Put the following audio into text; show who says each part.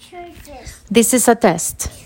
Speaker 1: through this.
Speaker 2: This is a test.